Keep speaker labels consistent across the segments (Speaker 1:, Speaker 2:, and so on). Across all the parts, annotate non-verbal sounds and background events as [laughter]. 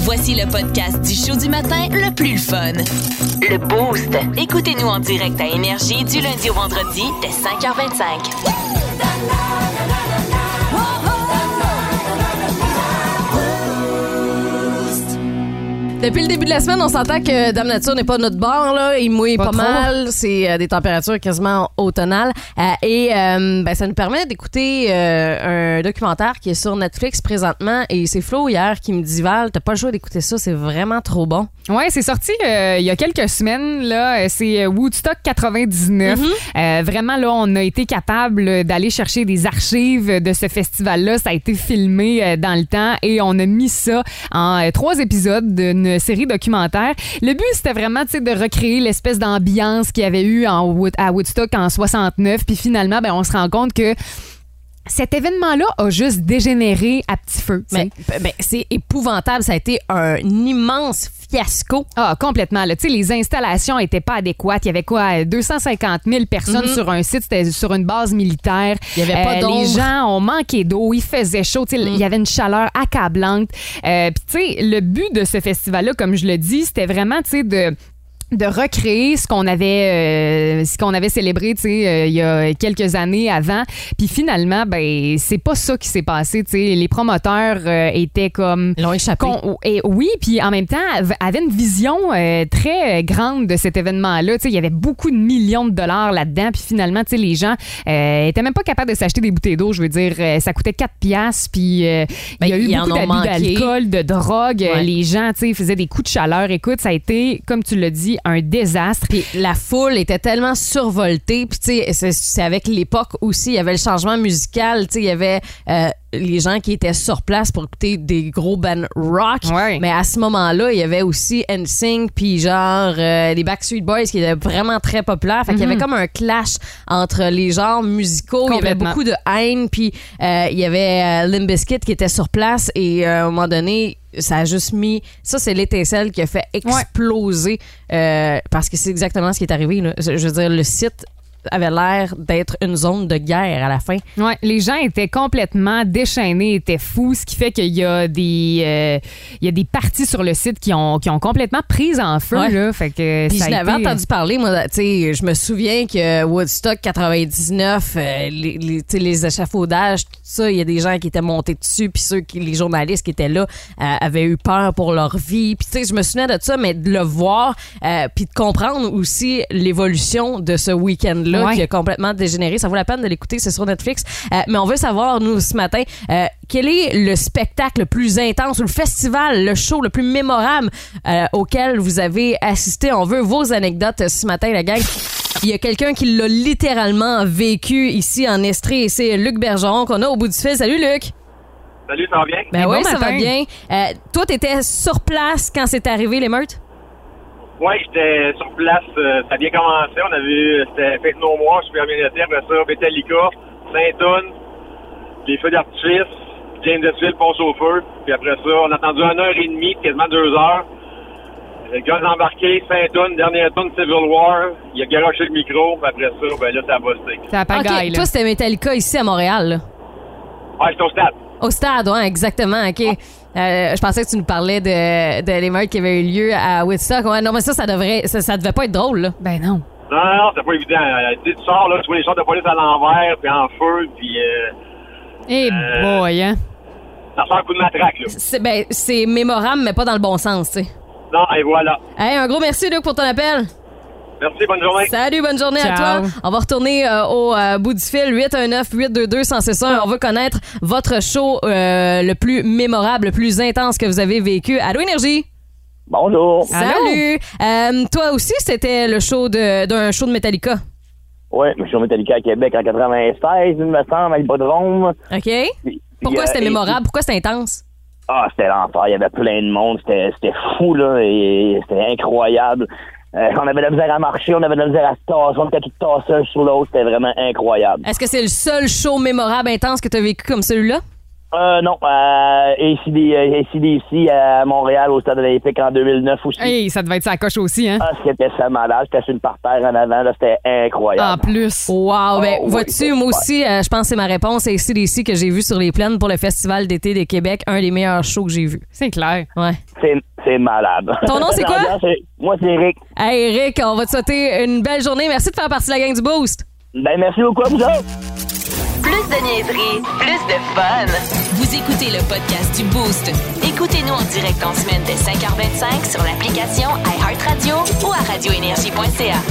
Speaker 1: Voici le podcast du show du matin le plus le fun. Le Boost. Écoutez-nous en direct à Énergie du lundi au vendredi dès 5h25.
Speaker 2: Depuis le début de la semaine, on s'entend que Dame Nature n'est pas notre bord. Là. Il mouille pas,
Speaker 3: Pas trop.
Speaker 2: mal. C'est euh, des températures quasiment automnales. Euh, et euh, ben, ça nous permet d'écouter euh, un documentaire qui est sur Netflix présentement. Et c'est Flo hier qui me dit Val, t'as pas le choix d'écouter ça, c'est vraiment trop bon.
Speaker 3: Ouais, c'est sorti euh, il y a quelques semaines là, Euh, c'est euh, Woodstock 99. Euh, vraiment là, on a été capable d'aller chercher des archives de ce festival là, ça a été filmé euh, dans le temps et on a mis ça en euh, trois épisodes d'une série documentaire. Le but c'était vraiment tu sais de recréer l'espèce d'ambiance qu'il y avait eu en Wood- à Woodstock en 69 puis finalement ben on se rend compte que cet événement-là a juste dégénéré à petit feu. tu sais.
Speaker 2: Mais ben, c'est épouvantable. Ça a été un immense fiasco.
Speaker 3: Ah, complètement. là. Tu sais, les installations n'étaient pas adéquates. Il y avait quoi? euh, 250 000 personnes sur un site. C'était sur une base
Speaker 2: Mhm.
Speaker 3: militaire. Euh,
Speaker 2: Il y avait pas d'ombre. Mhm.
Speaker 3: Les gens ont manqué d'eau. Il faisait chaud. Tu sais, Il y avait une chaleur accablante. Euh, Puis, tu sais, le but de ce festival-là, comme je le dis, c'était vraiment, tu sais, de de recréer ce qu'on avait euh, ce qu'on avait célébré tu sais euh, il y a quelques années avant puis finalement ben c'est pas ça qui s'est passé tu sais les promoteurs euh, étaient comme
Speaker 2: Ils l'ont échappé.
Speaker 3: qu'on- et oui, puis en même temps, av- avait une vision euh, très euh, grande de cet événement-là. Tu sais, Il y avait beaucoup de millions de dollars là-dedans. Puis finalement, tu sais, les gens euh, étaient même pas capables de s'acheter des bouteilles d'eau. Je veux dire, euh, ça coûtait 4 piastres. Puis euh,
Speaker 2: Ben,
Speaker 3: il y a
Speaker 2: ils
Speaker 3: eu
Speaker 2: en ont
Speaker 3: beaucoup d'abus
Speaker 2: manqué.
Speaker 3: d'alcool, de drogue. Euh,
Speaker 2: Ouais.
Speaker 3: Les gens tu sais, faisaient des coups de chaleur. Écoute, ça a été, comme tu l'as dit, un désastre.
Speaker 2: Puis la foule était tellement survoltée. Puis tu sais, c'est- c'est avec l'époque aussi, il y avait le changement musical. Tu sais, il y avait euh, les gens qui étaient sur place pour écouter des gros bands rock.
Speaker 3: Ouais.
Speaker 2: Mais à ce moment-là, il y avait aussi NSYNC, puis genre euh, les Backstreet Boys qui étaient vraiment très populaires. Fait qu'il
Speaker 3: Mhm.
Speaker 2: y avait comme un clash entre les genres musicaux. Il y avait
Speaker 3: Complètement.
Speaker 2: beaucoup de haine. Puis euh, il y avait euh, Limp Bizkit qui était sur place. Et euh, à un moment donné... Ça a juste mis. Ça, c'est l'étincelle qui a fait exploser euh, parce que c'est exactement ce qui est arrivé. là. Je je veux dire, le site avait l'air d'être une zone de guerre à la fin.
Speaker 3: Ouais, les gens étaient complètement déchaînés, étaient fous, ce qui fait qu'il y a des euh, il y a des parties sur le site qui ont qui ont complètement pris en feu
Speaker 2: Ouais.
Speaker 3: là, fait que
Speaker 2: Puis
Speaker 3: Euh, ça
Speaker 2: je
Speaker 3: a
Speaker 2: l'avais
Speaker 3: été-
Speaker 2: entendu parler, moi, tu sais, je me souviens que Woodstock 99, euh, les, les- tu sais, les échafaudages, tout ça, il y a des gens qui étaient montés dessus, puis ceux qui, les journalistes qui étaient là euh, avaient eu peur pour leur vie. Puis tu sais, je me souviens de ça, mais de le voir, euh, puis de comprendre aussi l'évolution de ce week-end-là
Speaker 3: Ouais.
Speaker 2: qui a complètement dégénéré. Ça vaut la peine de l'écouter, c'est sur Netflix. Euh, mais on veut savoir, nous, ce matin, euh, quel est le spectacle le plus intense ou le festival, le show le plus mémorable euh, auquel vous avez assisté. On veut vos anecdotes euh, ce matin, la gang. Il y a quelqu'un qui l'a littéralement vécu ici en Estrie et c'est Luc Bergeron qu'on a au bout du fil. Salut Luc!
Speaker 4: Salut, ça va bien?
Speaker 2: Ben
Speaker 3: Bon
Speaker 2: oui, ça
Speaker 3: matin.
Speaker 2: va bien. Euh, toi, t'étais sur place quand c'est arrivé l'émeute?
Speaker 4: Ouais, j'étais sur place, euh, ça a bien commencé. On a vu, c'était Fête No More, Super Militaire, après ça, Metallica, Saint-Anne, les feux d'artifice, James Desville, Ponce au feu. Puis après ça, on a attendu une heure et demie, quasiment deux heures. Euh, Le gars a embarqué, Saint-Anne, dernière tonne Civil War, il a garoché le micro, puis après ça, ben là, ça a bossé.
Speaker 3: Ça a pagaille,
Speaker 2: Ok,
Speaker 3: là.
Speaker 2: toi, c'était Metallica ici à Montréal. là.
Speaker 4: Ah, j'étais au stade.
Speaker 2: Au stade, ouais, exactement,
Speaker 3: Oh.
Speaker 2: OK. Euh, je pensais que tu nous parlais de, de l'émeute qui avait eu lieu à Woodstock. Ouais, non, mais ça, ça devrait, ça, ça devait pas être drôle, là.
Speaker 3: Ben non.
Speaker 4: Non, non, non, c'était pas évident. Euh, Tu sais, tu sors, là, tu vois les chars de police à l'envers, puis en feu, puis euh,
Speaker 3: Eh
Speaker 4: Euh,
Speaker 3: boy, hein.
Speaker 4: ça sort un coup de matraque, là.
Speaker 2: C'est, ben, c'est mémorable, mais pas dans le bon sens, tu sais.
Speaker 4: Non, et voilà.
Speaker 2: Hey, un gros merci, Luc, pour ton appel.
Speaker 4: Merci, bonne journée.
Speaker 2: Salut, bonne journée à
Speaker 3: Ciao.
Speaker 2: toi. On va retourner euh, au euh, bout du fil, 819-822-161. On veut connaître votre show euh, le plus mémorable, le plus intense que vous avez vécu. Allô, Énergie!
Speaker 5: Bonjour.
Speaker 3: Allô?
Speaker 2: Salut! Euh, toi aussi, c'était le show de, d'un show de Metallica,
Speaker 5: Ouais, je suis au Metallica à Québec en 96, il me semble, à l'hippodrome.
Speaker 2: OK?
Speaker 5: Puis-
Speaker 2: Pourquoi
Speaker 5: puis,
Speaker 2: c'était
Speaker 5: euh, et-
Speaker 2: mémorable? Pourquoi c'était intense?
Speaker 5: Ah, c'était l'enfer. Il y avait plein de monde. C'était c'était fou, là. Et c'était incroyable. Euh, on avait de la misère à marcher, on avait de la misère à se tasser. On était tous tassés
Speaker 2: Euh.
Speaker 5: un sur l'autre. C'était vraiment incroyable.
Speaker 2: Est-ce que c'est le seul show mémorable intense que tu as vécu comme celui-là?
Speaker 5: Euh, non, à ACD, ACDC à Montréal au Stade olympique en 2009 aussi.
Speaker 3: Hey, ça devait être sa coche aussi, hein?
Speaker 5: Ah, c'était ça malade. J'étais sur une parterre en avant. là, C'était
Speaker 3: En
Speaker 5: incroyable.
Speaker 2: Ah.
Speaker 3: plus.
Speaker 2: Wow, ben,
Speaker 5: Ah, Oh,
Speaker 2: vois-tu,
Speaker 5: oui.
Speaker 2: moi aussi, euh, je pense que c'est ma réponse. C'est ici, ici que j'ai vu sur les plaines pour le Festival d'été de Québec, un des meilleurs shows que j'ai vu.
Speaker 3: C'est clair.
Speaker 2: Ouais.
Speaker 5: C'est c'est malade.
Speaker 2: Ton
Speaker 5: [laughs]
Speaker 2: nom, c'est quoi?
Speaker 5: L'ambiance, c'est- Moi, c'est Eric.
Speaker 2: Hey, Eric, on va te souhaiter une belle journée. Merci de faire partie de la gang du Boost.
Speaker 5: Ben, merci beaucoup à vous autres.
Speaker 1: Plus de niaiserie, plus de fun. Vous écoutez le podcast du Boost. Écoutez-nous en direct en semaine dès 5h25 sur l'application iHeartRadio ou à radioénergie.ca.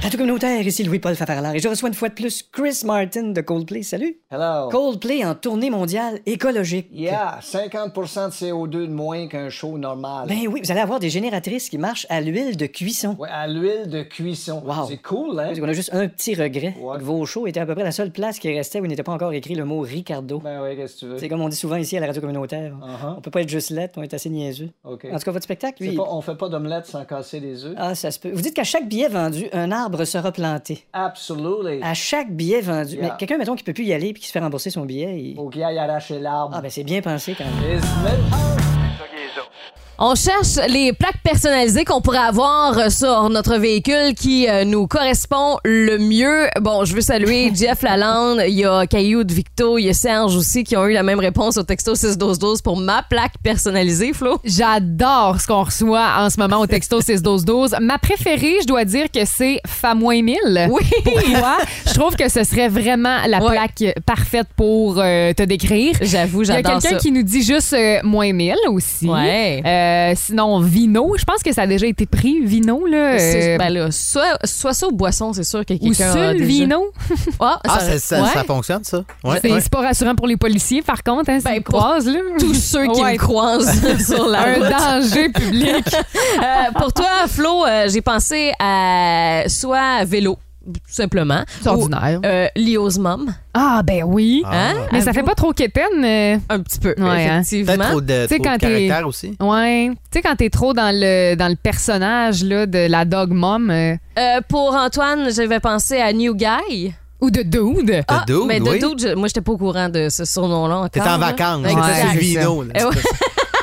Speaker 6: Radio communautaire, ici Louis-Paul Fafarlard et je reçois une fois de plus Chris Martin de Coldplay. Salut!
Speaker 7: Hello.
Speaker 6: Coldplay en tournée mondiale écologique.
Speaker 7: Yeah, 50 de CO2 de moins qu'un show normal.
Speaker 6: Ben oui, vous allez avoir des génératrices qui marchent à l'huile de cuisson.
Speaker 7: Ouais, à l'huile de cuisson.
Speaker 6: Wow.
Speaker 7: C'est cool, hein?
Speaker 6: On a juste un petit regret.
Speaker 7: Ouais.
Speaker 6: Vos shows étaient à peu près la seule place qui restait où il n'était pas encore écrit le mot Ricardo.
Speaker 7: Ben oui, qu'est-ce que tu veux? Uh-huh.
Speaker 6: C'est comme on dit souvent ici à la radio communautaire. On peut pas être juste lettre, on est assez niaiseux.
Speaker 7: OK.
Speaker 6: En tout cas, votre spectacle,
Speaker 7: C'est
Speaker 6: lui.
Speaker 7: pas- on fait pas d'omelette sans casser les œufs.
Speaker 6: Ah, ça se peut. Vous dites qu'à chaque billet vendu, un arbre sera planté.
Speaker 7: Absolutely.
Speaker 6: À chaque billet vendu.
Speaker 7: Yeah. Oh.
Speaker 6: Mais quelqu'un, mettons, qui peut plus y aller puis qui se fait rembourser son billet, il-
Speaker 7: Faut qu'il aille arracher l'arbre.
Speaker 6: Ah, ben c'est bien pensé quand même.
Speaker 7: Isn't it?
Speaker 2: On cherche les plaques personnalisées qu'on pourrait avoir euh, sur notre véhicule qui euh, nous correspond le mieux. Bon, je veux
Speaker 3: [laughs]
Speaker 2: saluer Jeff Lalande, il y a Caillou de Victo, il y a Serge aussi qui ont eu la même réponse au texto 61212 pour ma plaque personnalisée,
Speaker 3: [laughs]
Speaker 2: Flo.
Speaker 3: J'adore ce qu'on reçoit en ce moment au [laughs] texto 61212. Ma préférée, je dois dire que c'est Famouin 1000.
Speaker 2: Oui.
Speaker 3: Pourquoi? Je trouve que ce serait vraiment la
Speaker 2: Ouais.
Speaker 3: plaque parfaite pour euh, te décrire.
Speaker 2: J'avoue,
Speaker 3: Il y a
Speaker 2: j'adore ça.
Speaker 3: quelqu'un qui nous dit juste euh, moins 1000 aussi.
Speaker 2: Ouais.
Speaker 3: Euh, sinon, Vino, je pense que ça a déjà été pris, Vino, là. euh,
Speaker 2: C'est- ben là, soit, soit ça ou boisson, c'est sûr que
Speaker 3: ou
Speaker 2: quelqu'un a
Speaker 3: Sul
Speaker 2: déjà-
Speaker 3: Vino.
Speaker 2: Ah,
Speaker 8: Ah,
Speaker 2: ça-
Speaker 8: ça, ça-
Speaker 2: ouais.
Speaker 8: ça fonctionne, ça? Ouais,
Speaker 3: c'est
Speaker 8: ouais.
Speaker 3: c'est pas rassurant pour les policiers, par contre, hein, s'ils
Speaker 2: Ben, pour
Speaker 3: croisent, là.
Speaker 2: tous ceux qui
Speaker 3: [laughs] Ouais.
Speaker 2: me
Speaker 3: [laughs]
Speaker 2: croisent [laughs] sur la
Speaker 3: Un
Speaker 2: route.
Speaker 3: danger public.
Speaker 2: Euh, pour toi, Flo, euh, j'ai pensé à soit vélo, tout simplement.
Speaker 3: C'est ordinaire.
Speaker 2: Ou, euh, Lio's mom.
Speaker 3: Ah, ben oui.
Speaker 8: Ah.
Speaker 2: Hein?
Speaker 3: Mais ça fait pas trop quétaine. euh,
Speaker 2: Un petit peu,
Speaker 3: Ouais, hein.
Speaker 8: Peut-être
Speaker 2: effectivement.
Speaker 8: trop de,
Speaker 3: sais,
Speaker 8: trop de
Speaker 3: quand t'es-
Speaker 8: caractère aussi.
Speaker 3: Ouais. Tu sais, quand t'es trop dans le, dans le personnage là, de la dog
Speaker 2: [laughs]
Speaker 3: mom euh,
Speaker 2: Euh, pour Antoine, j'avais pensé à New Guy. Ah,
Speaker 3: ou de dude.
Speaker 8: The Dude,
Speaker 2: mais de
Speaker 8: oui.
Speaker 2: Dude, je- moi, j'étais pas au courant de ce surnom-là encore.
Speaker 8: T'es
Speaker 3: Ah,
Speaker 8: en
Speaker 2: là.
Speaker 8: vacances.
Speaker 2: Ouais,
Speaker 8: T'étais
Speaker 3: c'est
Speaker 8: sur Vino.
Speaker 2: Eh ouais.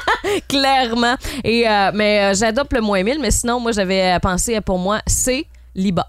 Speaker 2: [laughs] Clairement. Et, euh, mais euh, j'adopte le moins 1000, mais sinon, moi, j'avais pensé à, pour moi, c'est Liba.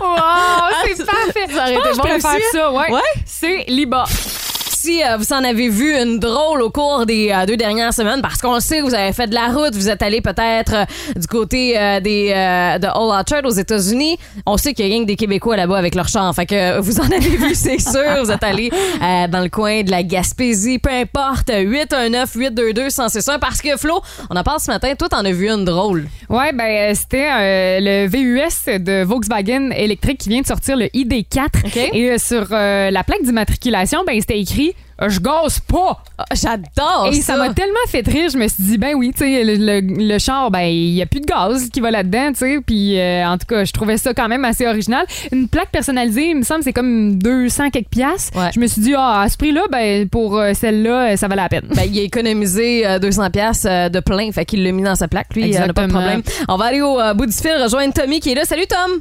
Speaker 3: Wow, Oh, c'est parfait.
Speaker 2: Ah, ça aurait été
Speaker 3: Je pense que je
Speaker 2: bon
Speaker 3: préfère
Speaker 2: aussi, hein?
Speaker 3: ça, ouais.
Speaker 2: Ouais?
Speaker 3: C'est Liba.
Speaker 2: Si euh, vous en avez vu une drôle au cours des euh, deux dernières semaines, parce qu'on le sait, vous avez fait de la route, vous êtes allé peut-être euh, du côté euh, des, euh, de All Orchard aux États-Unis, on sait qu'il y a rien que des Québécois là-bas avec leur chant. Fait que euh, vous en avez vu, [laughs] c'est sûr. Vous êtes allé euh, dans le coin de la Gaspésie, peu importe, 819-822-161, parce que Flo, on en parle ce matin, toi, t'en as vu une drôle.
Speaker 3: Ouais, ben euh, c'était euh, le VUS de Volkswagen électrique qui vient de sortir le ID4
Speaker 2: OK.
Speaker 3: et euh, sur euh, la plaque d'immatriculation, ben c'était écrit je gosse pas.
Speaker 2: Ah, J'adore
Speaker 3: Et ça m'a tellement fait rire, je me suis dit, ben oui, tu sais, le, le- le char, ben, il n'y a plus de gaz qui va là-dedans, tu sais. Puis, euh, en tout cas, je trouvais ça quand même assez original. Une plaque personnalisée, il me semble, c'est comme 200 quelques piastres.
Speaker 2: Ouais.
Speaker 3: Je me suis dit, ah, à ce prix-là, ben, pour euh, celle-là, euh, ça valait la peine.
Speaker 2: Ben, il a économisé euh, 200 pièces de plein, fait qu'il l'a mis dans sa plaque. Lui, il n'a pas de
Speaker 3: Exactement.
Speaker 2: problème. On va aller au euh, bout du fil rejoindre Tommy qui est là. Salut Tom.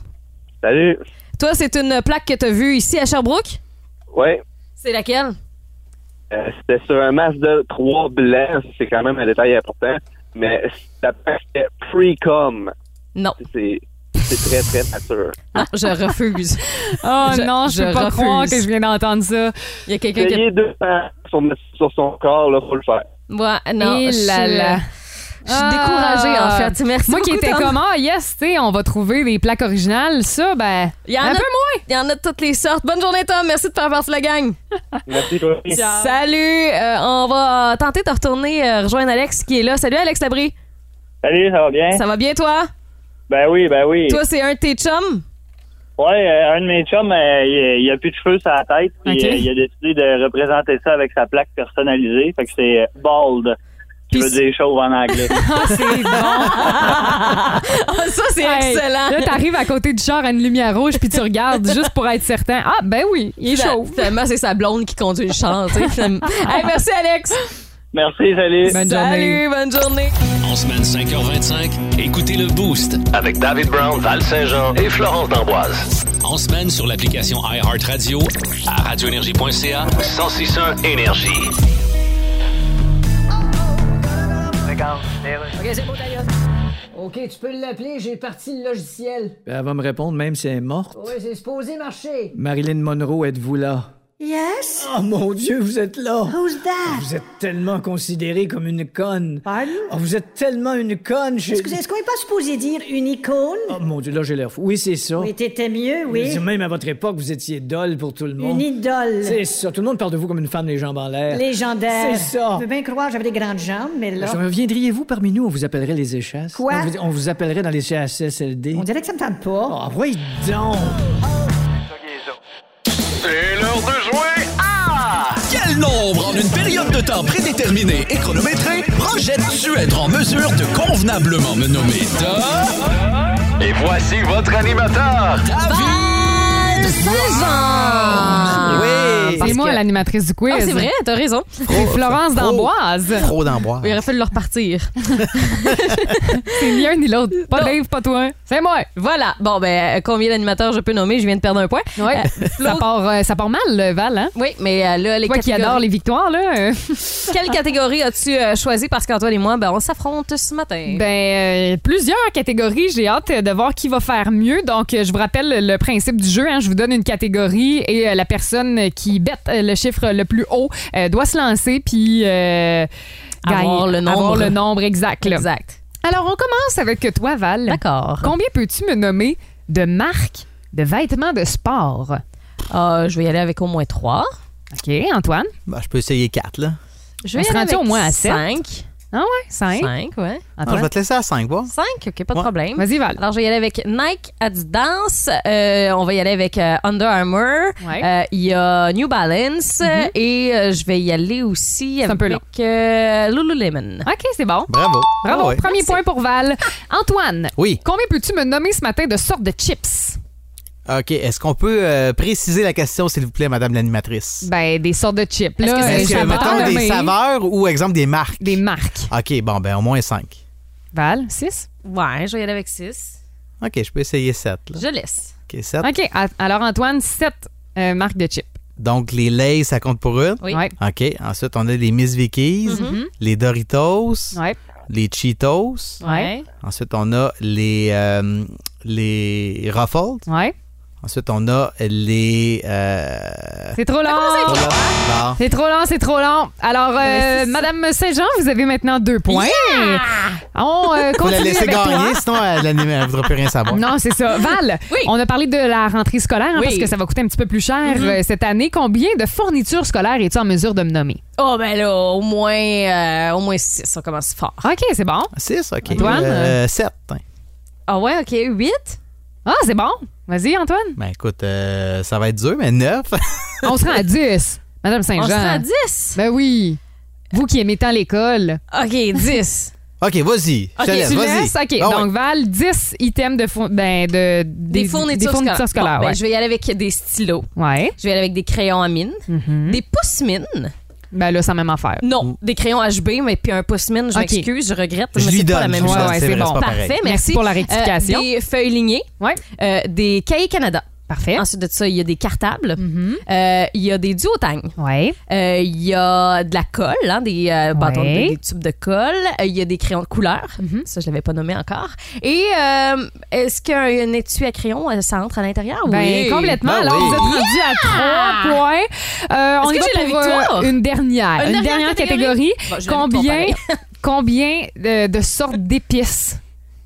Speaker 4: Salut.
Speaker 2: Toi, c'est une plaque que t'as vue ici à Sherbrooke.
Speaker 4: Ouais.
Speaker 2: C'est laquelle
Speaker 4: Euh, c'était sur un Mazda 3 blanc, c'est quand même un détail important, mais la plaque était pre-com.
Speaker 2: Non,
Speaker 4: C'est c'est très, très nature.
Speaker 2: non, je refuse.
Speaker 3: [laughs] Oh
Speaker 2: Je-
Speaker 3: non, je,
Speaker 2: je
Speaker 3: peux pas
Speaker 2: refuse.
Speaker 3: croire que je viens d'entendre ça.
Speaker 2: Il y a quelqu'un qui.
Speaker 4: Payer 200 sur, sur son corps, là, faut le faire.
Speaker 2: Moi, non,
Speaker 3: Et
Speaker 2: je-
Speaker 3: Eh là là.
Speaker 2: Je suis découragée en
Speaker 3: Ah.
Speaker 2: fait. Merci
Speaker 3: Moi qui
Speaker 2: beaucoup,
Speaker 3: étais
Speaker 2: Tom.
Speaker 3: comme, ah, yes, tu sais, on va trouver des plaques originales, ça, ben,
Speaker 2: Il y en
Speaker 3: un
Speaker 2: a-
Speaker 3: peu moins.
Speaker 2: Il y en a de toutes les sortes. Bonne journée Tom, merci de faire partie de la gang.
Speaker 4: Merci, toi.
Speaker 2: Salut, Euh, on va tenter de retourner euh, rejoindre Alex qui est là. Salut Alex Labrie.
Speaker 4: Salut, ça va bien?
Speaker 2: Ça va bien toi
Speaker 4: Ben oui, ben oui.
Speaker 2: Toi, c'est un de tes
Speaker 3: [laughs]
Speaker 2: chums
Speaker 4: Ouais, euh, un de mes chums, euh, il, il a plus de cheveux sur la tête, puis
Speaker 3: Ok.
Speaker 4: euh, il a décidé de représenter ça avec sa plaque personnalisée, fait que c'est euh, bald. Tu
Speaker 2: Puis
Speaker 4: veux
Speaker 2: c'est-
Speaker 4: dire chauve en
Speaker 2: [laughs]
Speaker 4: anglais.
Speaker 3: Ah, c'est bon.
Speaker 2: Ah, ça, c'est
Speaker 3: Hey,
Speaker 2: excellent.
Speaker 3: Là, t'arrives à côté du char à une lumière rouge, puis tu
Speaker 2: [laughs]
Speaker 3: regardes juste pour être certain. Ah, ben oui, il est
Speaker 2: Fina-
Speaker 3: chaud.
Speaker 2: [laughs] Finalement, c'est sa blonde qui conduit le char. tu sais, finalement. Hey, merci, Alex.
Speaker 5: Merci, salut.
Speaker 2: Ben-
Speaker 3: Bonne journée.
Speaker 2: Salut, bonne journée.
Speaker 8: En semaine 5h25, écoutez le Boost.
Speaker 9: Avec David Brown, Val Saint-Jean et Florence D'Amboise.
Speaker 8: En semaine sur l'application iHeartRadio à radioénergie.ca.
Speaker 9: 1061 Énergie.
Speaker 6: OK, tu peux l'appeler, j'ai parti le logiciel.
Speaker 7: Ben, Elle va me répondre même si elle est morte.
Speaker 6: Oui, c'est supposé marcher.
Speaker 7: Marilyn Monroe, êtes-vous là?
Speaker 10: Yes?
Speaker 7: Oh mon Dieu, vous êtes là!
Speaker 6: Ah.
Speaker 10: Who's that?
Speaker 7: Vous êtes tellement considérée comme une conne. Oh, vous êtes tellement une conne. je-
Speaker 10: Excusez, est-ce qu'on n'est pas supposé dire une icône?
Speaker 7: Oh mon Dieu, là j'ai l'air fou. Oui, c'est ça.
Speaker 10: Oui, t'étais mieux, oui.
Speaker 7: Je dis, Même à votre époque, vous étiez dole pour tout le monde.
Speaker 10: Une idole.
Speaker 7: C'est ça. Tout le monde parle de vous comme une femme les jambes en l'air.
Speaker 10: Légendaire.
Speaker 7: C'est ça.
Speaker 10: Je veux bien croire que j'avais des grandes jambes, mais là,
Speaker 7: Reviendriez-vous parmi nous? On vous appellerait les échasses.
Speaker 10: Quoi?
Speaker 7: On vous, on vous appellerait dans les CHSLD.
Speaker 10: on dirait que ça me tente pas.
Speaker 7: Ah oui, donc!
Speaker 9: C'est l'heure de jouer.
Speaker 8: Quel nombre en une période de temps prédéterminée et chronométrée projettes-tu être en mesure de convenablement me nommer Tom,
Speaker 9: Et voici votre animateur.
Speaker 8: David,
Speaker 11: Oui!
Speaker 3: C'est moi l'animatrice du quiz.
Speaker 2: Ah, c'est vrai, t'as raison.
Speaker 3: C'est Florence d'Amboise.
Speaker 11: Trop d'emboire.
Speaker 2: Il aurait fallu le repartir.
Speaker 3: C'est ni un ni l'autre. Pas Dave, pas toi. C'est moi.
Speaker 2: Voilà. Bon, ben, euh, combien d'animateurs je peux nommer? Je viens de perdre un point.
Speaker 3: Ouais. ça,
Speaker 2: Flo-
Speaker 3: part, euh, ça part mal, le Val, hein?
Speaker 2: Oui, mais euh, là, les
Speaker 3: Toi qui
Speaker 2: catégories-
Speaker 3: adore les victoires, là. euh,
Speaker 2: Quelle catégorie as-tu euh, choisi? Parce qu'Antoine et moi, ben, on s'affronte ce matin.
Speaker 3: Ben, euh, plusieurs catégories. J'ai hâte euh, de voir qui va faire mieux. Donc, euh, je vous rappelle le principe du jeu. hein. Je vous donne une catégorie et euh, la personne qui bête euh, le chiffre le plus haut euh, doit se lancer puis euh,
Speaker 2: Avoir
Speaker 3: gagner.
Speaker 2: le nombre.
Speaker 3: Avoir le nombre exact. là.
Speaker 2: exact.
Speaker 3: Alors, on commence avec toi, Val.
Speaker 2: D'accord.
Speaker 3: Combien peux-tu me nommer de marques de vêtements de sport?
Speaker 2: Ah, je vais y aller avec au moins trois.
Speaker 3: OK, Antoine.
Speaker 11: Bah, je peux essayer quatre, là.
Speaker 2: Je
Speaker 3: On
Speaker 2: vais y
Speaker 3: se
Speaker 2: aller
Speaker 3: rend-tu
Speaker 2: avec
Speaker 3: au moins à sept?
Speaker 2: cinq.
Speaker 3: Ah ouais, cinq.
Speaker 2: Cinq, ouais.
Speaker 11: Non, je
Speaker 3: Antoine.
Speaker 11: vais te laisser à cinq, bon?
Speaker 2: Cinq, OK, pas de
Speaker 11: Ouais.
Speaker 2: problème.
Speaker 3: Vas-y, Val.
Speaker 2: Alors, Ah, je vais y aller avec Nike, Adidas. euh, on va y aller avec euh, Under Armour.
Speaker 3: Ouais.
Speaker 2: Euh, Il y a New Balance. Et euh, je vais y aller aussi
Speaker 3: un
Speaker 2: avec
Speaker 3: peu long.
Speaker 2: euh, Lululemon.
Speaker 3: OK, c'est bon.
Speaker 11: Bravo.
Speaker 3: Bravo.
Speaker 11: Ah ouais.
Speaker 3: Premier point pour Val. Antoine.
Speaker 11: Oui.
Speaker 3: Combien peux-tu me nommer ce matin de sortes de chips?
Speaker 11: Ah OK. Est-ce qu'on peut euh, préciser la question, s'il vous plaît, Madame l'animatrice?
Speaker 3: Ben, des sortes de chips. Là,
Speaker 2: que c'est
Speaker 3: Euh,
Speaker 11: Est-ce que,
Speaker 3: saveurs,
Speaker 11: mettons,
Speaker 3: mais-
Speaker 11: des saveurs ou, exemple, des marques?
Speaker 3: Des marques.
Speaker 11: OK, bon, ben, au moins cinq.
Speaker 3: Val, 6.
Speaker 2: Ouais, je vais y aller avec six.
Speaker 11: OK, je peux essayer sept, là.
Speaker 2: Je laisse.
Speaker 11: OK, sept.
Speaker 3: OK. a- Alors, Antoine, 7 marques de chips.
Speaker 11: Donc, les Lays, ça compte pour une?
Speaker 2: Oui.
Speaker 3: Ouais.
Speaker 11: OK. Ensuite, on a les Miss Vickies, les Doritos,
Speaker 3: Mm-hmm. Ouais.
Speaker 11: les Cheetos.
Speaker 3: Ouais.
Speaker 11: Ensuite, on a les, euh, les Ruffles.
Speaker 3: Ouais.
Speaker 11: Ensuite, on a les... euh,
Speaker 3: C'est trop long.
Speaker 11: bon.
Speaker 3: C'est trop long, c'est trop long. Alors, euh,
Speaker 2: Mais c'est-
Speaker 3: Madame Saint-Jean, vous avez maintenant deux points. On euh,
Speaker 11: Faut la
Speaker 3: continue
Speaker 11: laisser
Speaker 3: avec
Speaker 11: gagner,
Speaker 3: toi.
Speaker 11: sinon euh, elle ne voudra plus rien savoir.
Speaker 3: Non, c'est ça. Val,
Speaker 2: Oui.
Speaker 3: on a parlé de la rentrée scolaire hein,
Speaker 2: Oui. Mm-hmm.
Speaker 3: parce que ça va coûter un petit peu plus cher euh, cette année. Combien de fournitures scolaires es-tu en mesure de me nommer?
Speaker 2: Oh, ben là, au moins, euh, au moins six. On commence fort.
Speaker 3: Ah, OK, c'est bon.
Speaker 11: 6, OK. Euh, hein.
Speaker 3: Antoine?
Speaker 11: 7.
Speaker 2: Ah ouais, OK, huit.
Speaker 3: Ah, c'est bon. Vas-y, Antoine.
Speaker 11: Ben écoute, euh, ça va être dur, mais 9.
Speaker 3: On se rend à 10. Madame Saint-Jean.
Speaker 2: On se rend à dix.
Speaker 3: Ben oui. Vous qui aimez tant l'école.
Speaker 2: OK, dix.
Speaker 11: [laughs] OK, vas-y. Je te laisse,
Speaker 3: tu
Speaker 11: vas-y.
Speaker 3: laisses? OK.
Speaker 11: Ah ouais.
Speaker 3: Donc, Val, 10 items de, four- ben, de-
Speaker 2: [laughs] Des, fournitures,
Speaker 3: des fournitures scolaires.
Speaker 2: Bon, ben,
Speaker 3: ouais.
Speaker 2: je vais y aller avec des stylos.
Speaker 3: Ouais.
Speaker 2: Je vais y aller avec des crayons à mine. Des pouces mines.
Speaker 3: Ben là, c'est la même affaire.
Speaker 2: Non, des crayons HB, mais puis un pouce mine, je
Speaker 3: Ok.
Speaker 2: m'excuse, Mm. je regrette.
Speaker 11: Je
Speaker 2: mais
Speaker 11: lui
Speaker 2: c'est
Speaker 11: donne.
Speaker 2: pas la même
Speaker 11: je lui
Speaker 3: chose.
Speaker 11: donne,
Speaker 3: Ouais,
Speaker 11: c'est
Speaker 3: c'est
Speaker 11: vrai,
Speaker 3: bon.
Speaker 11: c'est pas
Speaker 2: Parfait,
Speaker 11: pareil.
Speaker 2: merci.
Speaker 3: Merci pour la rectification.
Speaker 2: Euh, des feuilles lignées,
Speaker 3: Ouais.
Speaker 2: euh, des cahiers Canada.
Speaker 3: Parfait. Mhm.
Speaker 2: Ensuite de ça, il y a des cartables. Euh, il y a des duotagnes.
Speaker 3: Ouais.
Speaker 2: Euh, Il y a de la colle, hein, des euh, bâtons, de-
Speaker 3: Ouais. Mhm.
Speaker 2: des tubes de colle. Euh, Il y a des crayons de couleur. Ça, je l'avais pas nommé encore. Et euh, est-ce qu'un étui à crayon, euh, ça entre à l'intérieur?
Speaker 3: Ben,
Speaker 2: oui.
Speaker 3: complètement.
Speaker 11: Ben
Speaker 3: Alors,
Speaker 11: oui.
Speaker 3: vous êtes rendu à 3 points. Euh, on
Speaker 2: Est-ce
Speaker 3: y
Speaker 2: que
Speaker 3: va
Speaker 2: j'ai la
Speaker 3: pour euh,
Speaker 2: victoire?
Speaker 3: une dernière.
Speaker 2: Une
Speaker 3: Une,
Speaker 2: dernière
Speaker 3: dernière
Speaker 2: catégorie?
Speaker 3: catégorie.
Speaker 2: Bon, je l'ai
Speaker 3: combien
Speaker 2: vu
Speaker 3: [laughs] combien de, de sortes d'épices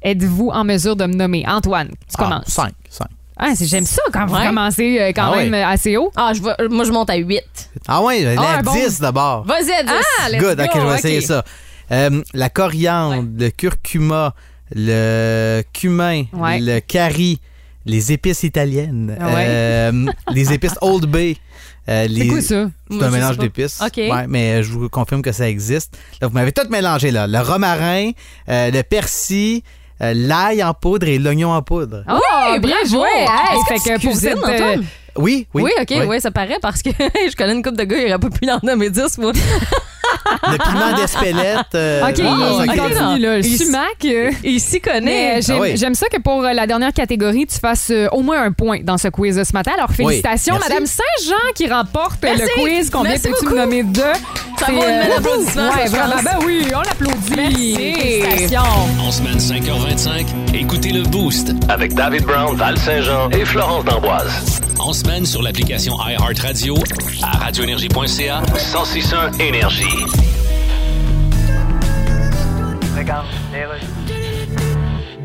Speaker 3: êtes-vous en mesure de me nommer? Antoine, tu commences.
Speaker 11: 5, 5.
Speaker 3: Ah, c'est- J'aime ça quand vous
Speaker 2: Ah, Ouais.
Speaker 3: commencez euh, quand
Speaker 11: Ah
Speaker 3: même
Speaker 11: ouais.
Speaker 3: euh, assez haut.
Speaker 2: Ah, je vais- moi, je monte à 8.
Speaker 11: Ah ouais, j'en ai
Speaker 3: Ah,
Speaker 11: à
Speaker 3: bon.
Speaker 11: 10 d'abord.
Speaker 2: Vas-y, à 10.
Speaker 11: Good, OK, je vais essayer
Speaker 3: Ah, ok.
Speaker 11: ça. Euh, la coriandre, le curcuma, le cumin,
Speaker 3: Ouais.
Speaker 11: le curry, les épices italiennes,
Speaker 3: Ouais.
Speaker 11: euh, les épices Old Bay. euh,
Speaker 3: C'est
Speaker 11: les-
Speaker 3: quoi ça?
Speaker 11: C'est
Speaker 2: Moi, je
Speaker 11: un
Speaker 2: sais
Speaker 11: mélange
Speaker 2: pas.
Speaker 11: d'épices.
Speaker 2: OK.
Speaker 11: Ouais, mais je vous confirme que ça existe. Là, vous m'avez tout mélangé, là. Le romarin, euh, le persil, euh, l'ail en poudre et l'oignon en poudre.
Speaker 3: Oh,
Speaker 2: Oui,
Speaker 3: bien
Speaker 2: bravo!
Speaker 3: joué! Hey,
Speaker 2: Est-ce
Speaker 3: fait
Speaker 2: que tu
Speaker 3: que pour
Speaker 2: cuisines,
Speaker 3: cette, euh,
Speaker 2: Antoine?
Speaker 11: Oui, oui.
Speaker 3: [laughs]
Speaker 2: Oui, ok, oui. ça paraît parce que je connais une coupe de gars, il aurait pas pu en nommer 10, moi.
Speaker 11: Le piment d'Espelette.
Speaker 2: Ah,
Speaker 3: [laughs]
Speaker 11: euh,
Speaker 3: OK,
Speaker 11: dans un
Speaker 3: il
Speaker 11: café.
Speaker 3: continue, là. Le
Speaker 2: Il s-
Speaker 3: sumac. euh,
Speaker 2: Il s'y connaît.
Speaker 3: Mais euh, j'aime
Speaker 11: Ah oui.
Speaker 3: j'aime ça que pour euh, la dernière catégorie, tu fasses euh, au moins un point dans ce quiz de ce matin. Alors, félicitations,
Speaker 11: Merci.
Speaker 3: Madame Saint-Jean, qui remporte euh,
Speaker 2: Merci.
Speaker 3: le quiz. Combien
Speaker 2: Merci
Speaker 3: peux-tu me
Speaker 2: beaucoup.
Speaker 3: nommer deux?
Speaker 2: Ça
Speaker 3: C'est,
Speaker 2: vaut une
Speaker 3: euh,
Speaker 2: belle applaudissement,
Speaker 3: Ouais,
Speaker 2: je
Speaker 3: vraiment.
Speaker 2: pense.
Speaker 3: Ben oui, on l'applaudit.
Speaker 2: Merci.
Speaker 3: Félicitations.
Speaker 9: En semaine 5h25, écoutez le Boost.
Speaker 8: Avec David Brown, Val Saint-Jean et Florence D'Amboise.
Speaker 9: En semaine sur l'application iHeartRadio, à radioénergie.ca, 1061 Énergie.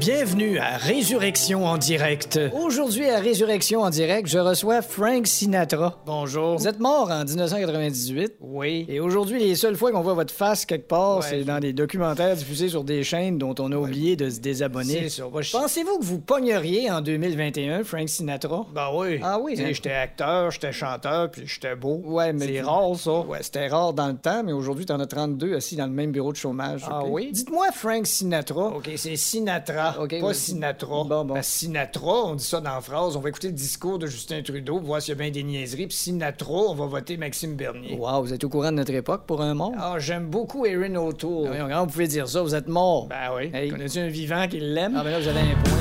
Speaker 7: Bienvenue à Résurrection en direct. Aujourd'hui à Résurrection en direct, je reçois Frank Sinatra. Bonjour. Vous êtes mort en 1998. Oui. Et aujourd'hui, les seules fois qu'on voit votre face quelque part, c'est dans des documentaires diffusés sur des chaînes dont on a oublié de se désabonner.
Speaker 6: C'est sûr.
Speaker 7: Pensez-vous que vous pogneriez en 2021 Frank Sinatra? Ben oui. Ah oui.
Speaker 6: Tu sais,
Speaker 7: j'étais acteur, j'étais chanteur, puis j'étais beau. Ouais, mais... C'est rare, ça. Ouais, c'était rare dans le temps, mais aujourd'hui, t'en as 32 assis dans le même bureau de chômage. Ah oui? Dites-moi Frank Sinatra. OK, c'est Sinatra, pas Sinatra. Bon, bon. Sinatra, on dit ça dans la phrase, on va écouter le discours de Justin Trudeau, voir s'il y a bien des niaiseries, puis Sinatra, on va voter Maxime Bernier. Wow, vous êtes au courant de notre époque pour un mort? Ah, j'aime beaucoup Erin O'Toole. Ah, oui, vous pouvez dire ça, vous êtes mort. Ben oui. Hey, connais-tu un vivant qui l'aime? Ah ben là, vous avez un point.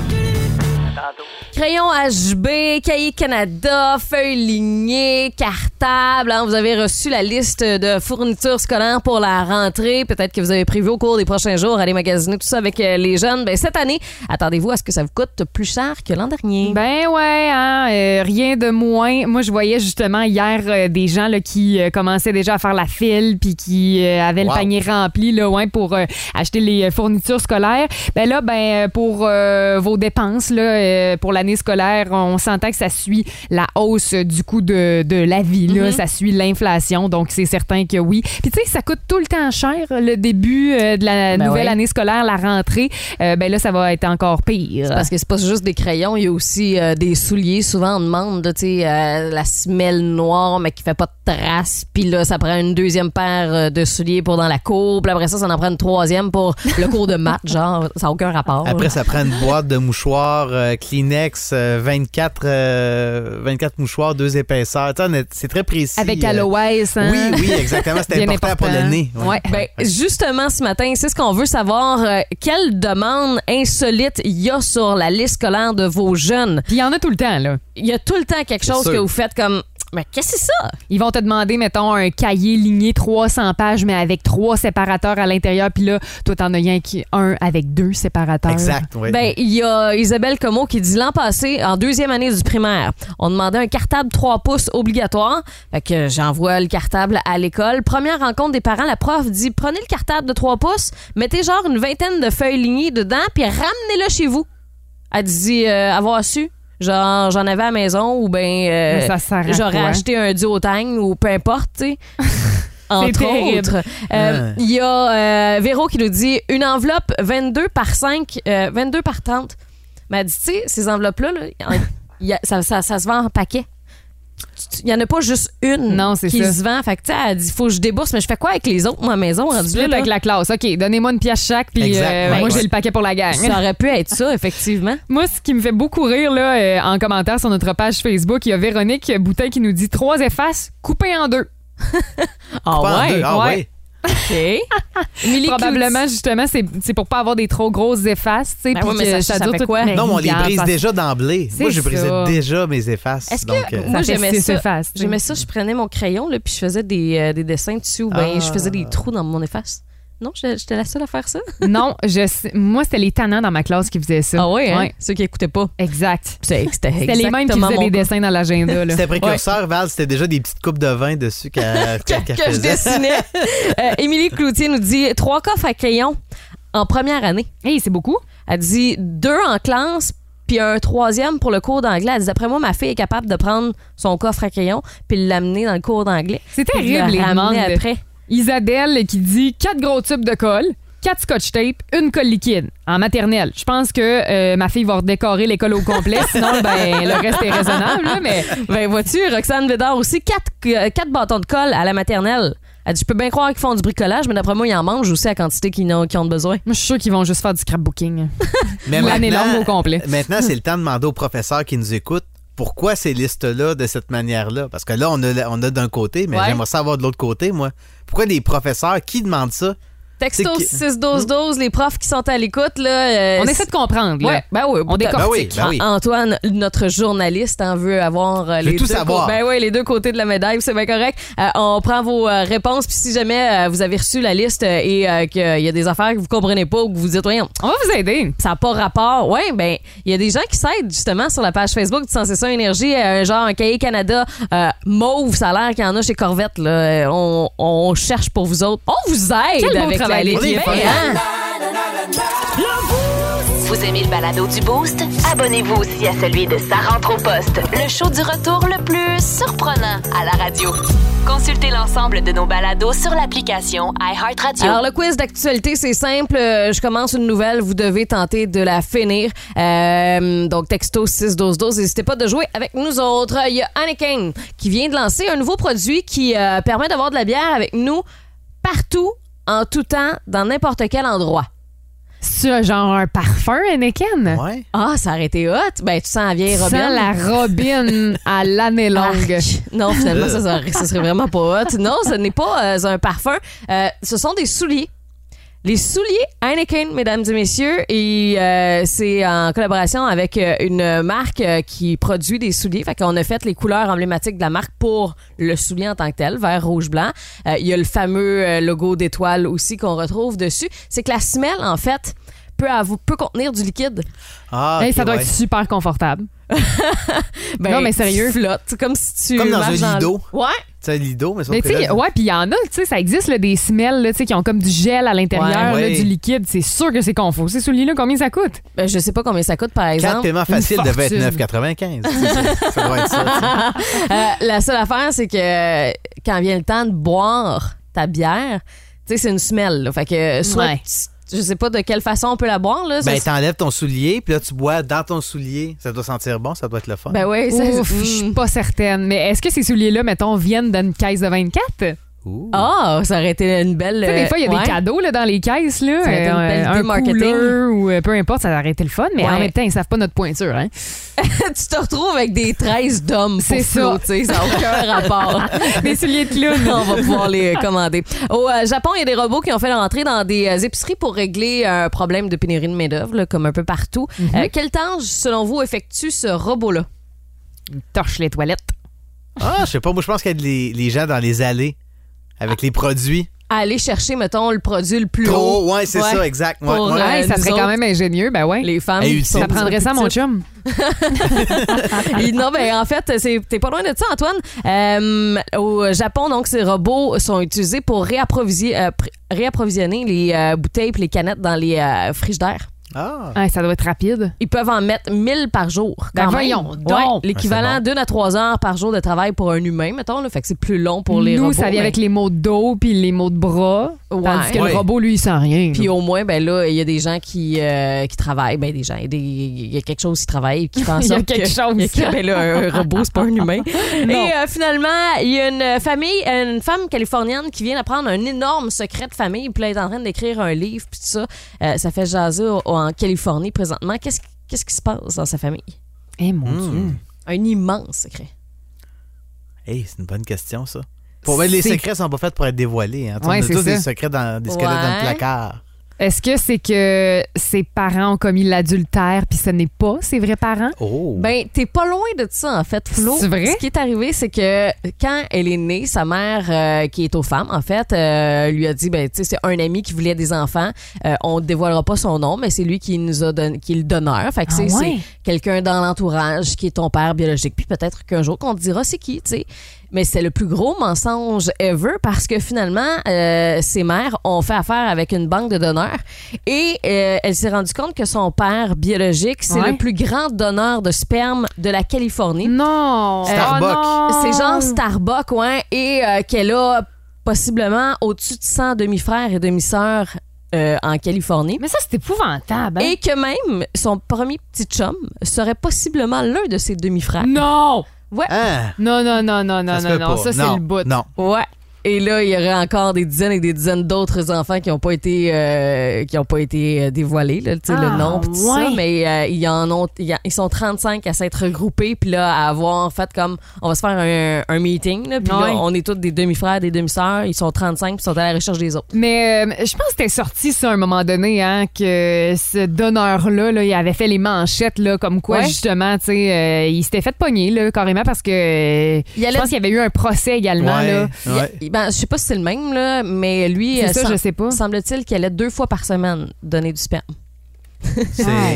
Speaker 2: Crayon HB, Cahier Canada, feuilles lignées, cartable. hein, vous avez reçu la liste de fournitures scolaires pour la rentrée. Peut-être que vous avez prévu au cours des prochains jours aller magasiner tout ça avec euh, les jeunes. Ben, cette année, attendez-vous à ce que ça vous coûte plus cher que l'an dernier.
Speaker 3: Ben ouais, hein, euh, rien de moins. Moi, je voyais justement hier euh, des gens là, qui euh, commençaient déjà à faire la file puis qui euh, avaient
Speaker 11: Wow.
Speaker 3: le panier rempli là, ouais, pour euh, acheter les euh, fournitures scolaires. Ben là, ben euh, pour euh, vos dépenses là, euh, pour l'année scolaire, on s'entend que ça suit la hausse euh, du coût de, de la vie. Là,
Speaker 2: Mm-hmm.
Speaker 3: Ça suit l'inflation, donc c'est certain que oui. Puis tu sais, ça coûte tout le temps cher le début euh, de la
Speaker 2: Ben
Speaker 3: nouvelle
Speaker 2: ouais.
Speaker 3: année scolaire, la rentrée. Euh, ben là, ça va être encore pire.
Speaker 2: Parce que c'est pas juste des crayons, il y a aussi euh, des souliers. Souvent, on demande, là, tu sais, euh, la semelle noire, mais qui fait pas de traces. Puis là, ça prend une deuxième paire euh, de souliers pour dans la cour. Puis après ça, ça en prend une troisième pour le cours de maths. [laughs] Genre, ça n'a aucun rapport.
Speaker 11: Après, ça prend une boîte de mouchoirs euh, Kleenex, euh, 24, euh, 24 mouchoirs, deux épaisseurs. Tu sais, on est- C'est très précis.
Speaker 3: Avec
Speaker 11: euh,
Speaker 3: Aloès. Hein?
Speaker 11: Oui, oui, exactement. C'était
Speaker 3: Bien
Speaker 11: important, pour le
Speaker 3: important.
Speaker 11: nez.
Speaker 3: Ouais.
Speaker 2: Ben, justement, ce matin, c'est ce qu'on veut savoir. euh, quelle demande insolite il y a sur la liste scolaire de vos jeunes?
Speaker 3: [laughs] Puis il y en a tout le temps, là.
Speaker 2: Il y a tout le temps quelque
Speaker 11: C'est
Speaker 2: chose
Speaker 11: sûr.
Speaker 2: que vous faites comme. Mais qu'est-ce que c'est ça?
Speaker 3: Ils vont te demander, mettons, un cahier ligné 300 pages, mais avec trois séparateurs à l'intérieur. Puis là, toi, t'en as rien qui un avec deux séparateurs.
Speaker 11: Exact, oui.
Speaker 2: Ben, il y a Isabelle Comeau qui dit l'an passé, en deuxième année du primaire, on demandait un cartable 3 pouces obligatoire. Fait que j'envoie le cartable à l'école. Première rencontre des parents, la prof dit prenez le cartable de 3 pouces, mettez genre une vingtaine de feuilles lignées dedans, puis ramenez-le chez vous. Elle dit euh, avoir su. Genre, j'en avais à la maison ou ben euh,
Speaker 3: Mais ça sert à
Speaker 2: j'aurais
Speaker 3: quoi?
Speaker 2: acheté un duotagne ou peu importe, tu
Speaker 3: [laughs]
Speaker 2: sais.
Speaker 3: C'est
Speaker 2: Entre
Speaker 3: terrible.
Speaker 2: autres. Euh,
Speaker 11: Ouais.
Speaker 2: Il y a euh, Véro qui nous dit une enveloppe 22 par 5, euh, 22 par 30. Mais elle dit, tu sais, ces enveloppes-là, là, en- il y a- ça, ça- ça se vend en paquet. Tu- tu- Il n'y en a pas juste une
Speaker 3: Non, c'est
Speaker 2: qui
Speaker 3: ça.
Speaker 2: se vend. Fait que, tu sais, elle dit, faut que je débourse, mais je fais quoi avec les autres, moi, à la maison?
Speaker 3: Tu
Speaker 2: rendu là,
Speaker 3: splits
Speaker 2: là?
Speaker 3: avec la classe. OK, donnez-moi une pièce chaque, puis
Speaker 11: Exact, Ben,
Speaker 3: euh,
Speaker 11: ouais.
Speaker 3: moi, j'ai
Speaker 11: Ouais.
Speaker 3: le paquet pour la gang.
Speaker 2: Ça aurait pu être ça, effectivement.
Speaker 3: [laughs] Moi, ce qui me fait beaucoup rire là, euh, en commentaire sur notre page Facebook, il y a Véronique Boutin qui nous dit trois effaces coupées en deux.
Speaker 2: Ah
Speaker 11: Pas en
Speaker 2: ouais?
Speaker 11: deux. Ah
Speaker 3: ouais.
Speaker 11: ouais.
Speaker 2: OK. Millie
Speaker 3: Probablement,
Speaker 2: Cloutier.
Speaker 3: justement, c'est c'est pour pas avoir des trop grosses effaces. tu sais,
Speaker 2: Ben
Speaker 3: puis
Speaker 2: oui, mais
Speaker 3: que
Speaker 2: ça- ça
Speaker 3: dure
Speaker 2: fait
Speaker 3: toute-
Speaker 2: quoi?
Speaker 3: Mais
Speaker 11: Non, mais on les
Speaker 3: regarde,
Speaker 11: brise
Speaker 3: parce-
Speaker 11: déjà d'emblée.
Speaker 3: C'est
Speaker 11: Moi, je brisais
Speaker 3: ça.
Speaker 11: déjà mes effaces.
Speaker 2: Est-ce que-
Speaker 11: donc, euh,
Speaker 2: Moi,
Speaker 3: fait
Speaker 2: j'aimais
Speaker 3: six
Speaker 2: ça.
Speaker 3: effaces, tu sais.
Speaker 2: J'aimais ça, je prenais mon crayon, là, puis je faisais des, euh, des dessins dessus, ou ben,
Speaker 11: Ah.
Speaker 2: je faisais des trous dans mon efface. Non, j'étais j'étais la seule à faire ça.
Speaker 3: Non, je sais- moi, c'était les tannants dans ma classe qui faisaient ça.
Speaker 2: hein?
Speaker 3: Ouais,
Speaker 2: Ceux qui écoutaient pas.
Speaker 3: Exact.
Speaker 2: C'était
Speaker 3: C'était les mêmes qui faisaient des dessins dans l'agenda. là.
Speaker 11: [laughs] C'était précurseur, Val. C'était déjà des petites coupes de vin dessus
Speaker 3: [laughs]
Speaker 11: qu'elle qu'elle- qu'elle
Speaker 2: que je
Speaker 11: faisait.
Speaker 2: dessinais. Euh, Émilie Cloutier nous dit trois coffres à crayon en première année.
Speaker 3: Hey, c'est beaucoup.
Speaker 2: Elle dit deux en classe, puis un troisième pour le cours d'anglais. Elle dit D'après moi, ma fille est capable de prendre son coffre à crayon puis l'amener dans le cours d'anglais.
Speaker 3: C'est
Speaker 2: Puis de
Speaker 3: terrible,
Speaker 2: le
Speaker 3: les
Speaker 2: ramener
Speaker 3: demandes.
Speaker 2: après.
Speaker 3: Isabelle qui dit quatre gros tubes de colle, quatre scotch tape, une colle liquide en maternelle. Je pense que euh, ma fille va redécorer l'école au complet, sinon ben le reste est raisonnable. là, mais
Speaker 2: Ben, vois-tu, Roxane Védard aussi, quatre, euh, quatre bâtons de colle à la maternelle. Elle dit Je peux bien croire qu'ils font du bricolage, mais d'après moi, ils en mangent aussi la quantité qu'ils n'ont- qu'ils ont de besoin.
Speaker 3: moi, je suis sûre qu'ils vont juste faire du scrapbooking.
Speaker 11: Mais
Speaker 3: L'année
Speaker 11: maintenant-
Speaker 3: longue au complet.
Speaker 11: Euh, Maintenant, c'est le temps de demander aux professeurs qui nous écoutent pourquoi ces listes-là de cette manière-là. Parce que là, on a, on a d'un côté, mais
Speaker 2: Ouais.
Speaker 11: j'aimerais savoir de l'autre côté, moi. Pourquoi des professeurs, qui demandent ça?
Speaker 2: Texto
Speaker 11: C'est que-
Speaker 2: 6 12 12 les profs qui sont à l'écoute là
Speaker 11: On essaie de
Speaker 2: comprendre
Speaker 11: là.
Speaker 2: ben oui,
Speaker 11: On décortique. Ben oui, ben oui.
Speaker 2: Ah, Antoine, notre journaliste en veut avoir euh,
Speaker 11: Veut
Speaker 2: les
Speaker 11: tout
Speaker 2: deux
Speaker 11: savoir.
Speaker 2: côtés. Ben oui, les deux côtés de la médaille, puis c'est bien correct. Euh, on prend vos euh, réponses puis si jamais euh, vous avez reçu la liste euh, et euh, qu'il y a des affaires que vous comprenez pas ou que vous dites voyons, on va vous aider. Ça n'a pas rapport. Ouais, ben il y a des gens qui s'aident justement sur la page Facebook de Sensation Énergie euh, genre un cahier Canada euh, mauve, ça a l'air qu'il y en a chez Corvette là. Euh, On, on cherche pour vous autres. On vous aide
Speaker 1: Quel beau
Speaker 2: avec la
Speaker 1: travail
Speaker 3: Ah,
Speaker 2: liste.
Speaker 1: d'équipe,
Speaker 2: Ben,
Speaker 1: hein?
Speaker 2: hein?
Speaker 1: Vous aimez le balado du Boost? Abonnez-vous aussi à celui de Sa rentre au poste, le show du retour le plus surprenant à la radio. Consultez l'ensemble de nos balados sur l'application iHeartRadio.
Speaker 2: Alors, le quiz d'actualité, c'est simple. Euh, Je commence une nouvelle. Vous devez tenter de la finir. Euh, donc, texto 61212. N'hésitez pas de jouer avec nous autres. Il y a Anakin qui vient de lancer un nouveau produit qui euh, permet d'avoir de la bière avec nous partout, en tout temps, dans n'importe quel endroit.
Speaker 3: C'est genre un parfum, Anakin?
Speaker 11: Ouais.
Speaker 2: Ah, ça aurait été hot. Ben, tu sens la vieille Robin. Ah,
Speaker 3: Sans la robine à l'année longue.
Speaker 2: Non, finalement, ça, ça, ça serait vraiment pas hot. Non, ce n'est pas euh, un parfum. Euh, ce sont des souliers. Les souliers Heineken, mesdames et messieurs, et euh, c'est en collaboration avec euh, une marque euh, qui produit des souliers. Fait qu'on a fait les couleurs emblématiques de la marque pour le soulier en tant que tel, vert, rouge, blanc. Euh, Il y a le fameux euh, logo d'étoile aussi qu'on retrouve dessus. C'est que la semelle, en fait, peut, avou- peut contenir du liquide.
Speaker 11: Ah,
Speaker 3: Hey,
Speaker 11: ok,
Speaker 3: ça doit
Speaker 11: ouais.
Speaker 3: être super confortable. non, mais sérieux.
Speaker 2: Ben, Tu flottes, comme si tu.
Speaker 11: Comme dans un
Speaker 2: marches
Speaker 11: lido.
Speaker 2: Ouais.
Speaker 11: Tu sais, lido, mais ça
Speaker 3: Mais tu sais, ouais, puis il y en a, tu sais, ça existe là, des semelles là, tu sais, qui ont comme du gel à l'intérieur,
Speaker 11: Ouais.
Speaker 3: là,
Speaker 11: Ouais.
Speaker 3: du liquide. C'est sûr que c'est confort. Ces souliers-là, combien ça coûte?
Speaker 2: Ben, je sais pas combien ça coûte, par
Speaker 11: Quatre
Speaker 2: exemple. [laughs]
Speaker 11: paiements faciles de
Speaker 3: fortune.
Speaker 11: 29,95. C'est ça. Ça doit être ça.
Speaker 2: Euh, la seule affaire, c'est que quand vient le temps de boire ta bière, tu sais, c'est une semelle. là. Fait que soit,
Speaker 11: Ouais.
Speaker 2: tu- je sais pas de quelle façon on peut la boire. Là, Ça,
Speaker 11: Ben,
Speaker 2: c'est-
Speaker 11: t'enlèves ton soulier, puis là, tu bois dans ton soulier. Ça doit sentir bon, ça doit être le fun.
Speaker 2: Ben ouais, ça-
Speaker 3: Ouf, je suis pas certaine. Mais est-ce que ces souliers-là, mettons, viennent d'une caisse de 24?
Speaker 2: Ah, ça aurait été une belle.
Speaker 3: Tu sais, des fois, il y a
Speaker 2: Euh, ouais.
Speaker 3: des cadeaux là, dans les caisses. Là,
Speaker 2: Ça
Speaker 3: euh,
Speaker 2: aurait été une belle idée
Speaker 3: un
Speaker 2: marketing.
Speaker 3: couleur ou euh, peu importe, ça aurait été le fun. Mais
Speaker 2: Ouais.
Speaker 3: en même temps, ils savent pas notre pointure. Hein?
Speaker 2: tu te retrouves avec des 13 d'hommes pour
Speaker 3: C'est ça.
Speaker 2: flotter, ça n'a aucun rapport.
Speaker 3: [laughs] Des souliers de clown.
Speaker 2: On va pouvoir les euh, commander. Au euh, Japon, il y a des robots qui ont fait leur entrée dans des euh, épiceries pour régler un problème de pénurie de main-d'œuvre, là, comme un peu partout.
Speaker 3: Mhm.
Speaker 2: Euh, quelle tâche, selon vous, effectue ce robot-là?
Speaker 3: Torche les toilettes.
Speaker 11: Ah, je sais pas, moi, je pense qu'il y a les, les gens dans les allées avec les produits.
Speaker 2: Aller chercher, mettons, le produit le plus
Speaker 11: Trop,
Speaker 2: haut.
Speaker 11: ouais, c'est ça, exact. Ouais,
Speaker 2: Pour,
Speaker 11: ouais.
Speaker 2: euh,
Speaker 11: Hey,
Speaker 3: ça
Speaker 2: nous
Speaker 3: serait
Speaker 2: autres,
Speaker 3: quand même ingénieux, ben ouais.
Speaker 2: Les femmes.
Speaker 11: Et
Speaker 2: qui
Speaker 11: utile.
Speaker 2: sont
Speaker 3: Ça prendrait ça, mon
Speaker 2: petites.
Speaker 3: chum.
Speaker 2: Et non, ben en fait, c'est- t'es pas loin de ça, Antoine. Euh, au Japon, donc, ces robots sont utilisés pour réapprovisionner, euh, pr- réapprovisionner les euh, bouteilles et les canettes dans les euh, frigidaires.
Speaker 11: Ah.
Speaker 3: Ouais, ça doit être rapide.
Speaker 2: Ils peuvent en mettre 1000 par jour.
Speaker 3: Ben
Speaker 2: quand même.
Speaker 3: voyons donc.
Speaker 2: Ouais, L'équivalent
Speaker 3: Ah,
Speaker 2: d'une à 3 heures par jour de travail pour un humain, mettons. Là, fait que c'est plus long pour les
Speaker 3: Nous,
Speaker 2: robots.
Speaker 3: ça
Speaker 2: mais-
Speaker 3: vient avec les mots de dos puis les mots de bras. Tandis que
Speaker 2: Ouais.
Speaker 3: le robot, lui, il sent rien.
Speaker 2: Puis au moins, ben là, il y a des gens qui, euh, qui travaillent. Ben, des gens. Il y a des- il y a quelque chose qui travaille qui fait en
Speaker 3: [laughs] Il y a
Speaker 2: sorte
Speaker 3: quelque
Speaker 2: que-
Speaker 3: chose.
Speaker 2: il y a que- [laughs] ben là, un robot, c'est pas un
Speaker 3: [laughs]
Speaker 2: humain. Et
Speaker 3: Non.
Speaker 2: euh, finalement, il y a une famille, une femme californienne qui vient d'apprendre un énorme secret de famille. Puis là, elle est en train d'écrire un livre. Puis tout ça, Euh, ça fait jaser au- en Californie présentement. Qu'est-ce qu'est-ce qui se passe dans sa famille?
Speaker 3: Eh
Speaker 2: oh,
Speaker 3: mon
Speaker 11: Mm.
Speaker 3: Dieu.
Speaker 2: Un immense secret.
Speaker 11: Hey, c'est une bonne question, ça. Pour, ben, les
Speaker 3: C'est-
Speaker 11: secrets sont pas faits pour être dévoilés. Hein. Tu sais,
Speaker 3: Ouais,
Speaker 11: on a
Speaker 3: c'est
Speaker 11: tous
Speaker 3: ça.
Speaker 11: des secrets dans des squelettes dans
Speaker 3: Ouais.
Speaker 11: le placard.
Speaker 3: Est-ce que c'est que ses parents ont commis l'adultère puis ce n'est pas ses vrais parents?
Speaker 11: Oh.
Speaker 2: Ben, t'es pas loin de ça, en fait, Flo.
Speaker 3: C'est vrai?
Speaker 2: Ce qui est arrivé, c'est que quand elle est née, sa mère, euh, qui est aux femmes, en fait, euh, lui a dit, ben, tu sais, c'est un ami qui voulait des enfants. Euh, on ne dévoilera pas son nom, mais c'est lui qui nous a donné, qui est le donneur. Fait que, tu sais,
Speaker 3: Ah ouais?
Speaker 2: c'est quelqu'un dans l'entourage qui est ton père biologique. Puis peut-être qu'un jour qu'on te dira c'est qui, tu sais. Mais c'est le plus gros mensonge ever parce que finalement, euh, ses mères ont fait affaire avec une banque de donneurs et euh, elle s'est rendue compte que son père biologique, c'est
Speaker 3: Ouais.
Speaker 2: le plus grand donneur de sperme de la Californie.
Speaker 3: Non! Starbucks. Oh non!
Speaker 2: c'est genre Starbucks, ouais, et euh, qu'elle a possiblement au-dessus de 100 demi-frères et demi-sœurs euh, en Californie.
Speaker 3: Mais ça, c'est épouvantable. hein?
Speaker 2: Et que même son premier petit chum serait possiblement l'un de ses demi-frères.
Speaker 3: Non!
Speaker 2: Ouais.
Speaker 11: Hein?
Speaker 3: Non, non, non, non, non,
Speaker 11: Ça se
Speaker 3: non,
Speaker 11: peut
Speaker 3: non.
Speaker 11: pas.
Speaker 3: Ça, c'est
Speaker 11: Non,
Speaker 3: le bout.
Speaker 11: non.
Speaker 2: Ouais. Et là, il y aurait encore des dizaines et des dizaines d'autres enfants qui n'ont pas été euh, qui ont pas été euh, dévoilés, là, tu sais,
Speaker 12: Ah,
Speaker 2: le nom pis tout ça,
Speaker 12: ouais.
Speaker 2: mais euh, ils en ont il y a- ils sont 35 à s'être regroupés puis là à avoir fait comme on va se faire un, un meeting là, puis là,
Speaker 3: Ouais.
Speaker 2: on est tous des demi-frères, des demi-sœurs, ils sont 35 puis sont à la recherche des autres.
Speaker 3: Mais euh, je pense que c'était sorti ça à un moment donné, hein, que ce donneur-là, là, il avait fait les manchettes, là, comme quoi,
Speaker 2: Ouais.
Speaker 3: justement, tu sais, euh, il s'était fait pogner, là, carrément, parce que euh,
Speaker 2: Il
Speaker 3: je
Speaker 2: allait-
Speaker 3: pense qu'il y avait eu un procès également, là.
Speaker 2: Il-
Speaker 11: [laughs]
Speaker 2: il- ben, je sais pas si c'est le même, là, mais lui,
Speaker 3: C'est
Speaker 2: euh,
Speaker 3: ça,
Speaker 2: sem-
Speaker 3: je sais pas.
Speaker 2: semble-t-il qu'il allait deux fois par semaine donner du sperme.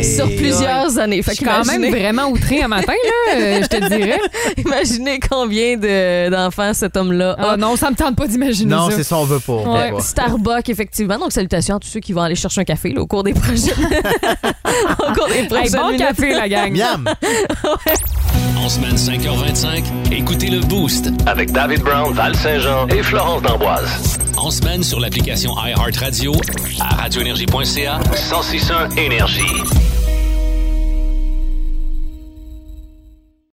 Speaker 2: Sur
Speaker 3: Ouais.
Speaker 2: plusieurs années. Fait
Speaker 3: Je suis quand même
Speaker 2: qu'imaginez-
Speaker 3: vraiment outré un matin, là, euh, je te dirais.
Speaker 2: [laughs] Imaginez combien de- d'enfants cet homme-là a.
Speaker 3: Ah non, ça me tente pas d'imaginer
Speaker 11: Non,
Speaker 3: ça.
Speaker 11: c'est ça, on veut pas. on veut
Speaker 2: Ouais,
Speaker 11: pas.
Speaker 2: Starbucks, effectivement. Donc, salutations à tous ceux qui vont aller chercher un café là, au cours des prochaines. [laughs] au cours des
Speaker 3: Hey,
Speaker 2: prochaines
Speaker 3: bon
Speaker 2: minutes.
Speaker 3: café, la gang.
Speaker 11: [laughs]
Speaker 3: Miam.
Speaker 9: En semaine 5h25, écoutez le Boost avec David Brown, Val Saint-Jean et Florence D'Amboise. En semaine sur l'application iHeartRadio à radioénergie.ca 1061 Énergie.